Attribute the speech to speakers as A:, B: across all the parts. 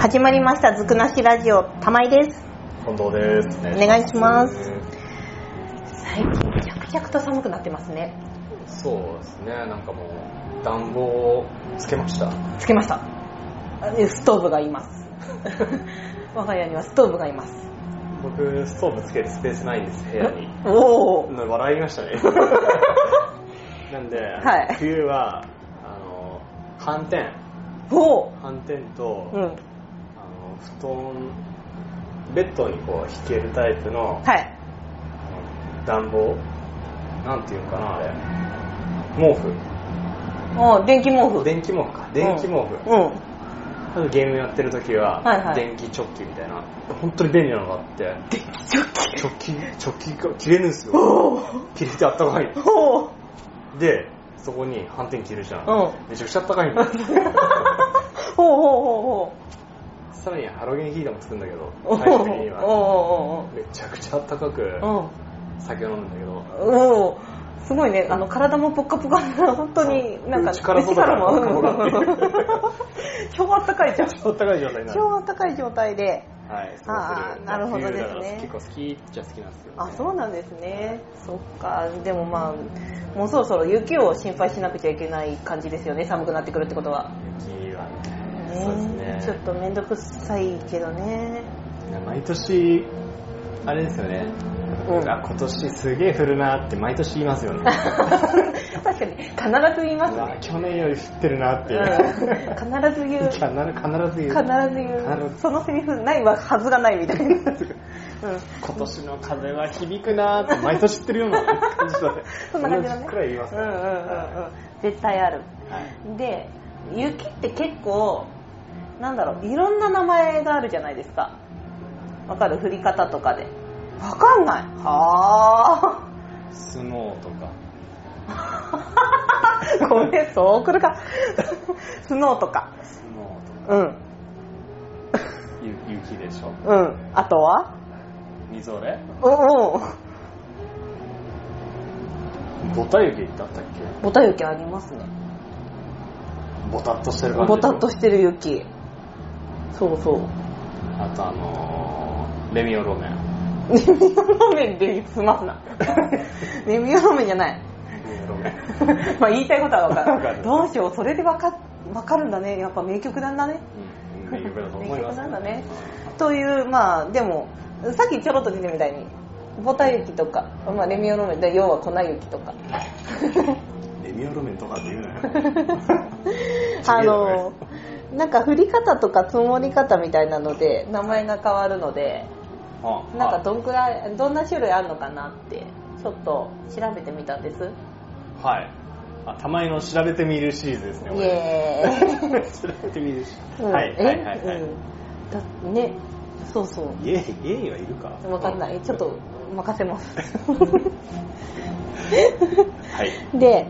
A: 始まりました「ずくなしラジオ」玉井です
B: 近藤です。
A: お願いします。最近着々と寒くなってますね
B: そうですね。なんかもう暖房をつけました。
A: つけましたあえストーブがいます 我が家にはストーブがいます
B: 僕ストーブつけるスペースないんです部屋に。
A: おお
B: うん笑いまし たね。なんで、
A: はい
B: 冬はあの反転
A: おお
B: 反転と、
A: う
B: あ
A: ん
B: の布団ベッドにこう引けるタイプの、
A: はい
B: あの暖房なんていうのかなあれ毛布
A: おー電気毛布
B: 電気毛布か電気毛布、
A: うん、うん
B: あとゲームやってる時は、
A: はいはい
B: 電気チョッキみたいな本当に便利なのがあって
A: 電気ジョッキ
B: チョッキチョッキが切れるんですよ
A: お
B: 切れてあったかい
A: ーおー
B: でそこに反転切るじゃん、
A: う
B: めちゃくちゃあったかいんだ
A: ほうほうほうほ
B: さらにハロゲンヒーターもつくんだけど
A: うお
B: 最終的に
A: ー
B: は
A: おーおーおー
B: めちゃくちゃあったかく
A: うん
B: 酒を飲むんだけど
A: おおすごいねあの体もポッカポカな本当になんか
B: 内から外から
A: もうん
B: ポッカポカ
A: 超あったかいじゃん
B: あったかい状態になる
A: 超あったかい状態で
B: はいそう
A: あー
B: する
A: なるほどですね
B: 冬だから結構好きっちゃ好きなんですよ、ね、
A: あそうなんですねそっかでもまあもうそろそろ雪を心配しなくちゃいけない感じですよね寒くなってくるってことは
B: 雪はね
A: ね
B: そうです
A: ちょ
B: ね
A: っと面倒くさいけどね
B: いや毎年あれですよね、
A: うん
B: あ今年すげえ降るなって毎年言います よね
A: 確かに必ず言います
B: うわ
A: ね、
B: 去年より降ってるなっていう、
A: うん、必ず言う
B: 必ず必ず言
A: 必
B: う
A: ず言
B: 必
A: う
B: ず
A: そのセリフないははずがないみたいな、うん、
B: 今年の風は響くなって毎年言ってるような感じだね
A: そんな感じだね
B: 同くらい言います
A: う
B: ね
A: んうんうんうん絶対ある
B: はい
A: で雪って結構なんだろういろんな名前があるじゃないですかわかる降り方とかでわかんないは
B: スノーとか
A: あ ごめんそうくるか スノーとか
B: スノーとか
A: うん
B: ゆ雪でしょ
A: うんあとは
B: みぞれ
A: うんうん
B: ボタ雪ってあったっけ
A: ボタ雪ありますね
B: ボタっとしてる感じ
A: ボ
B: でしょ
A: タっとしてる雪そうそう
B: あとあのー、レミオロメン
A: レミオロメンで済ます なレミオロメンじゃない
B: レミオロメン
A: まあ言いたいことは分かる
B: わかる
A: どうしようそれで分か分かるんだねやっぱ名曲なんだね
B: うん名曲だと思います
A: 名曲なんだねというまあでもさっきちょろっと出てみたいにボタ雪とか、まあ、レミオロメンで要は粉雪 とか
B: レミオロメンとかって 言う
A: あ
B: なよ
A: のなんか振り方とか積もり方みたいなので名前が変わるので
B: あ
A: なんか
B: と
A: どんくらいどんな種類あるのかなってちょっと調べてみたんです
B: はいあたまにの調べてみるシリーズですね
A: イ
B: 俺
A: エーイ
B: 調べてみるシリーズ
A: うん
B: はい
A: え
B: はいはいはい
A: うんだねそうそう
B: イエイイエイはいるか
A: わかんないちょっと任せます
B: はい
A: で、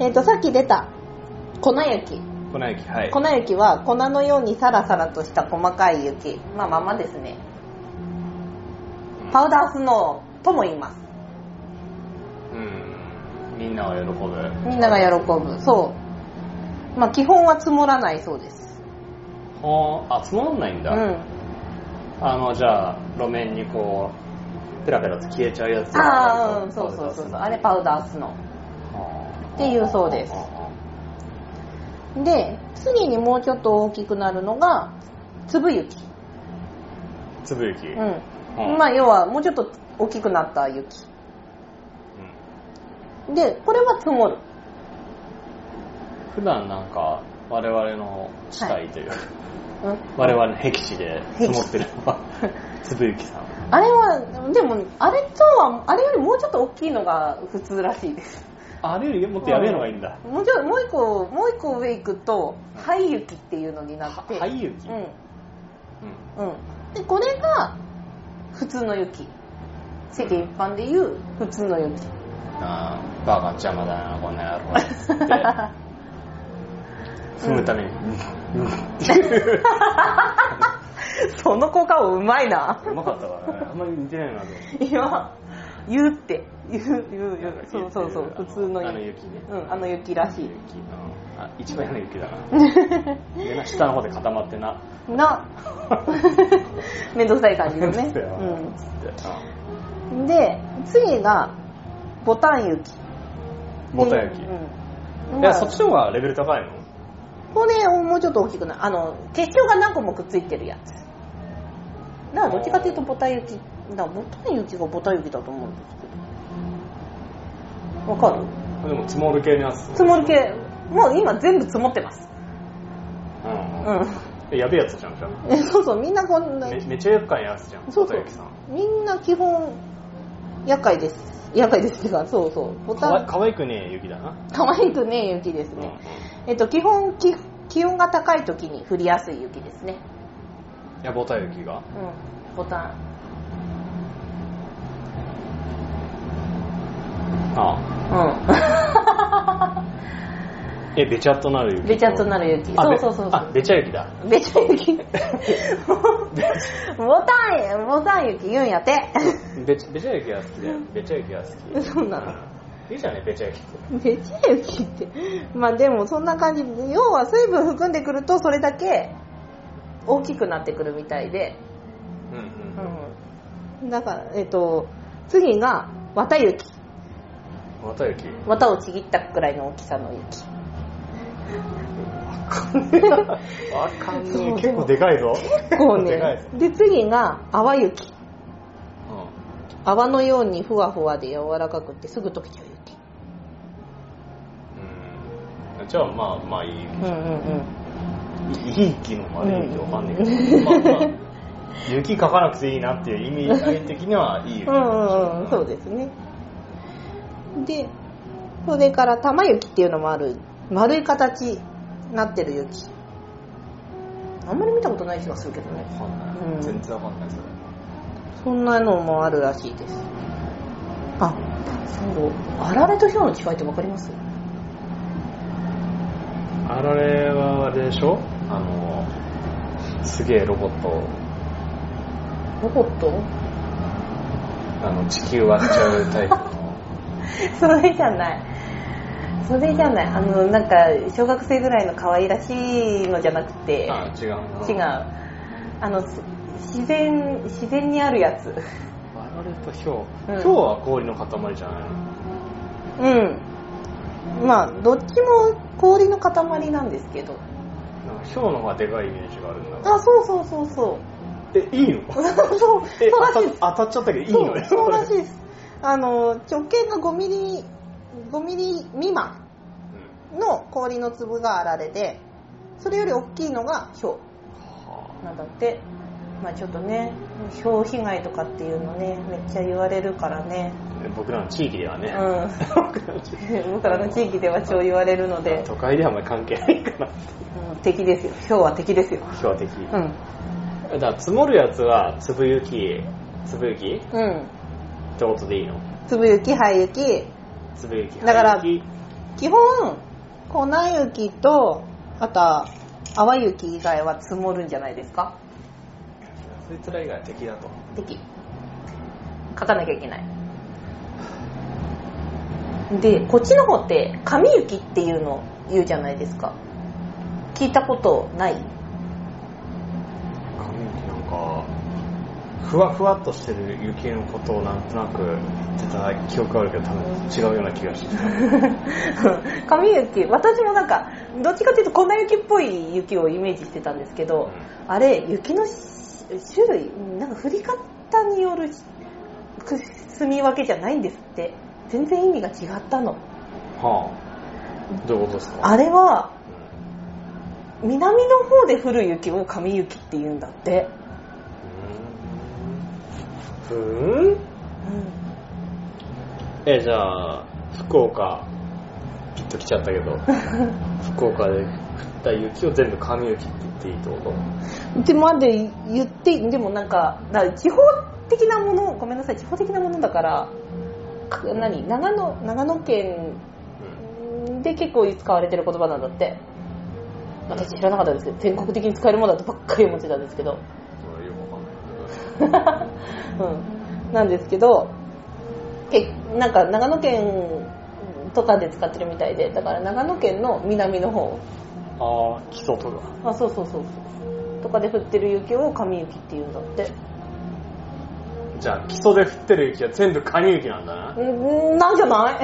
A: えっとさっき出た粉雪
B: 粉雪はい
A: 粉雪は粉のようにサラサラとした細かい雪まあまあまあですねパウダースノーとも言います
B: うんみんなが喜ぶ
A: みんなが喜ぶそうまあ基本は積もらないそうです
B: はああ積もんないん
A: う
B: だ、
A: ん
B: あのじゃあ路面にこうペラペラと消えちゃうやつ
A: ああうんそうそうそうそうあれパウダースノ
B: っ
A: っていうそうですーで次にもうちょっと大きくなるのが粒雪
B: 粒雪
A: う
B: うん
A: んまあ要はもうちょっと大きくなった雪でこれは積もる
B: 普段なんか我々の地帯というか、
A: うん
B: 我々の僻地で積も ってるのは粒雪さん
A: あれはでもあれとはあれよりもうちょっと大きいのが普通らしいです
B: ああれよりもっとやべえのがいいんだ、
A: もうちょもう一個もう一個上行くと灰雪っていうのになって
B: は灰雪、
A: う
B: うん
A: んうんでこれが普通の雪世間一般でいう普通の雪
B: ああバーが邪魔だなこんな野郎つ って踏むために、
A: その効果をうまいな
B: うまかったからねあんまり似てないなと思って
A: 今言うって言う言う言うそうそうそう
B: あの
A: 普通の
B: あの雪ね
A: うんあの雪らしい
B: 雪うんあ一番嫌な雪だなでな下の方で固まってな
A: な めんどくさい感じのね
B: つってよ つって
A: うんで次がボタン雪
B: うんもたやき
A: うん
B: いやそっちの方がレベル高いの
A: 骨をもうちょっと大きくないあの結晶が何個もくっついてるやつだからどっちかっていうとボタン雪だからボタン雪がボタン雪だと思うんですけどわかる
B: でも積もる系のやつ
A: 積もる系もう今全部積もってます
B: う
A: うん
B: うん
A: ん
B: えやべえやつじゃんじゃん
A: えそうそうみんなこんな、
B: めめっちゃ厄介なやつじゃん
A: そう
B: た
A: そう
B: やきさん
A: みんな基本厄介です厄介ですっていうかそうそうボ
B: か
A: タ
B: わ
A: ン
B: かわいくねえ雪だな
A: 可愛くね雪ですね、えっと基本気気温が高い時に降りやすい雪ですね
B: いやぼた雪が
A: うんボタン
B: あ
A: う
B: あえべちゃっとなる
A: ん。
B: 雪
A: べちゃっとなる雪。そうそうそうそ
B: あ
A: う。
B: べちゃ雪だ
A: べちゃ 雪。ボタン、ボタン雪言うんやって。
B: べちべちゃ雪が好きだよべちゃ雪が好き
A: そうなの
B: いいじゃんねべちゃ雪 って
A: べちゃ雪って。まあでもそんな感じ。要は水分含んでくるとそれだけ大きくなってくるみたいで。
B: うんうん
A: うん。だから、えっと、次が綿雪。
B: また 雪
A: 綿をちぎったくらいの大きさの 雪。
B: わかん
A: そう
B: ねえ結構でかいぞ
A: 結構
B: でかい
A: ね
B: ぞ。
A: で、次が泡雪。
B: う
A: 泡のようにふわふわで柔らかくてすぐ溶けちゃう雪
B: んうんじゃあまあまあいい
A: うんうん
B: いい気の悪い気わかんねえけど、まあまあ雪かかなくていいなっていう意味合い的にはいい雪
A: うんうんうんそうですねでそれから玉雪っていうのもある丸い形になってる雪あんまり見たことない気がするけどね
B: わかんない、
A: うん
B: 全然わかんないそれ
A: そんなのもあるらしいですあそうあられとひょうの違いって分かります
B: あられはあれでしょあのすげえロボット
A: ロボット
B: あの地球割っちゃうタイプの
A: それじゃないそれじゃないあのなんか小学生ぐらいの可愛らしいのじゃなくて
B: あ違う
A: 違うあのす自然自然にあるやつ
B: あられとひょう、
A: うん
B: ひょうは氷の塊じゃないの
A: うんまあどっちも氷の塊なんですけど
B: なんかひょうの方がでかいイメージがあるんだ
A: あそうそうそうそう
B: えいいの
A: そうそう
B: え
A: らしいです
B: 当た当たっちゃったけどいい
A: そ
B: の
A: うそうらしい
B: い、
A: ですあの直径が5ミリ5ミリ未満
B: うん
A: の氷の粒があられでそれより大きいのがひょ
B: は
A: うなんだってまあちょっとねひょう被害とかっていうのねめっちゃ言われるからね
B: あ僕らの地域ではね、
A: うん
B: 僕らの地域
A: 僕らの地域では超言われるので、
B: 都会ではあんまり関係ないかな
A: うん敵ですよ今日は敵ですよ
B: 標的、
A: うん
B: だから積もるやつは粒雪粒雪って
A: うん
B: ことでいいの
A: 粒雪灰雪
B: 粒雪
A: だから
B: 灰雪
A: 基本粉雪とあとは淡雪以外は積もるんじゃないですか
B: そいつら以外は敵だと
A: 敵書かなきゃいけないでこっちの方って紙雪っていうの言うじゃないですか聞いたことない
B: 神雪なんかふわふわっとしてる雪のことをなんとなく言ってた記憶があるけど多分違うような気がしてきた
A: 紙雪私もなんかどっちかっていうと粉雪っぽい雪をイメージしてたんですけど、あれ雪のし種類なんか降り方によるく住み分けじゃないんですって全然意味が違ったの
B: はあどういうことですか
A: あれは南の方で降る雪を紙雪って言うんだって、
B: うんふーん
A: うん、
B: えじゃあ福岡ピッと来ちゃったけ ど福岡で降った雪を全部神雪って言っていいってこと
A: ってまで言ってでもなんかだから地方的なものごめんなさい地方的なものだからか何長野長野県で結構使われてる言葉なんだって私知らなかったですけど全国的に使えるものだとばっかり思ってたんですけど
B: うんよくわかんない
A: うん、なんですけどけなんか長野県とかで使ってるみたいでだから長野県の南の方
B: ああ、基礎とか。
A: あそうそうそうそうとかで降ってる雪を神雪っていうんだって
B: じゃあ、基礎で降ってる雪は全部神雪なんだな。
A: んなんじゃない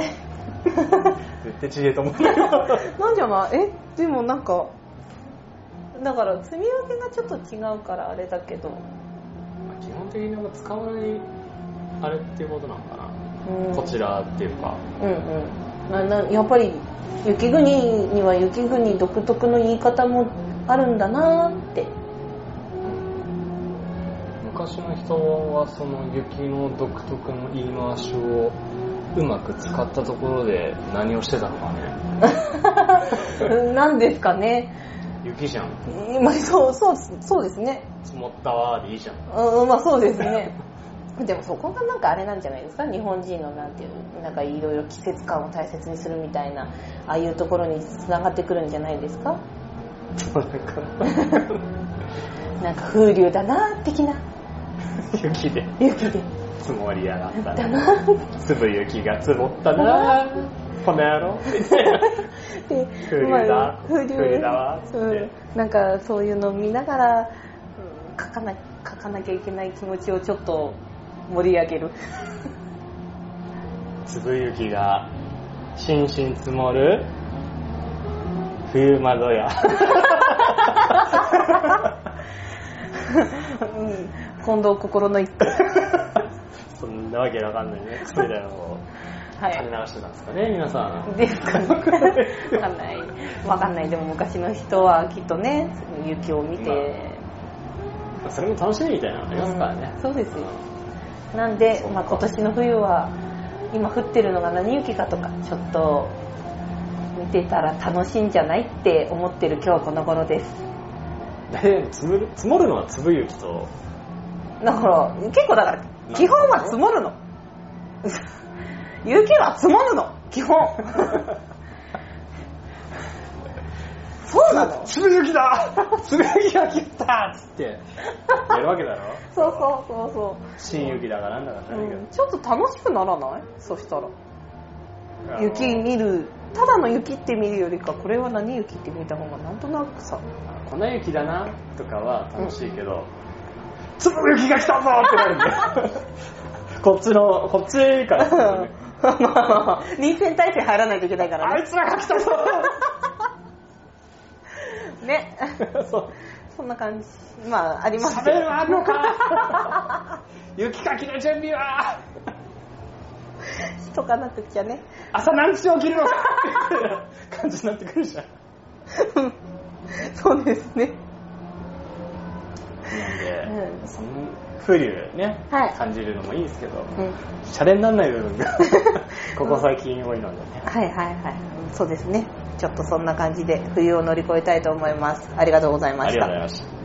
B: 絶対ちげえと思うんだけ ど。
A: なんじゃないえでもなんかだから積み分けがちょっと違うからあれだけど
B: 基本的になんか使わない、あれっていうことなのかな。
A: うん
B: こちらっていうか。
A: うんうんあなやっぱり雪国には雪国独特の言い方もあるんだなーって
B: 昔の人はその雪の独特の言い回しをうまく使ったところで何をしてたのかね
A: 何ですかね
B: 雪じゃん
A: まあそうそうそうですね
B: 積もったわーでいいじゃん
A: うんまあそうですね でもそこがなんかあれなんじゃないですか日本人のなんていうなんかいろいろ季節感を大切にするみたいなああいうところにつながってくるんじゃないですか
B: なんか
A: なんか風流だなー的な
B: 雪で
A: 雪で
B: 積もりやがった
A: だ
B: ね
A: なー
B: 粒雪が積もったなーこの野郎
A: で
B: 風流だ
A: まあ風流
B: 風流だわつって
A: うん、なんかそういうのを見ながらうん書かな書かなきゃいけない気持ちをちょっと盛り上げる
B: 粒雪がしんしん積もる冬窓や
A: うん近藤心の一 句
B: そんなわけわかんないねそれだよ
A: は
B: 垂れ
A: い
B: 流してたんですかね皆さん
A: ですかねわかんないわかんないでも昔の人はきっとね雪を見て、
B: それも楽しみみたいなのありますからね
A: うん、そうですよなんで、まあ、今年の冬は今降ってるのが何雪かとかちょっと見てたら楽しいんじゃないって思ってる今日この頃です
B: で積む積もるのは粒雪と
A: だから結構だから基本は積もるの雪は積もるの基 本そうなの
B: 粒雪だ粒雪が切ったっつってやるわけだろ
A: そうそうそうそ
B: 新雪だからなんだか知
A: う、
B: らないけ
A: うんちょっと楽しくならないそしたら
B: ど、
A: 雪見るただの雪って見るよりかこれは何雪って見た方がなんとなくさ
B: あの粉雪だなとかは楽しいけど、粒雪が来たぞってなるんだよ こっちのこっちからするとね
A: まあまあまあ臨戦態勢入らないといけないから
B: あい
A: ね
B: つらが来 たぞ
A: ね
B: そう
A: そんな感じまああります
B: 喋るあんの か 雪かきの準備は
A: とかなくっちゃね
B: 朝何時に起きるのかって感じになってくるじゃん
A: そうですね
B: なんで、
A: うん
B: その風流ね、
A: はい
B: 感じるのもいいですけど
A: うん
B: シャレにならない部分 がここ最近多いのでね
A: はいはいはいそうですねちょっとそんな感じで冬を乗り越えたいと思いますありがとうございま
B: あ
A: し
B: りがとうござい
A: た
B: ました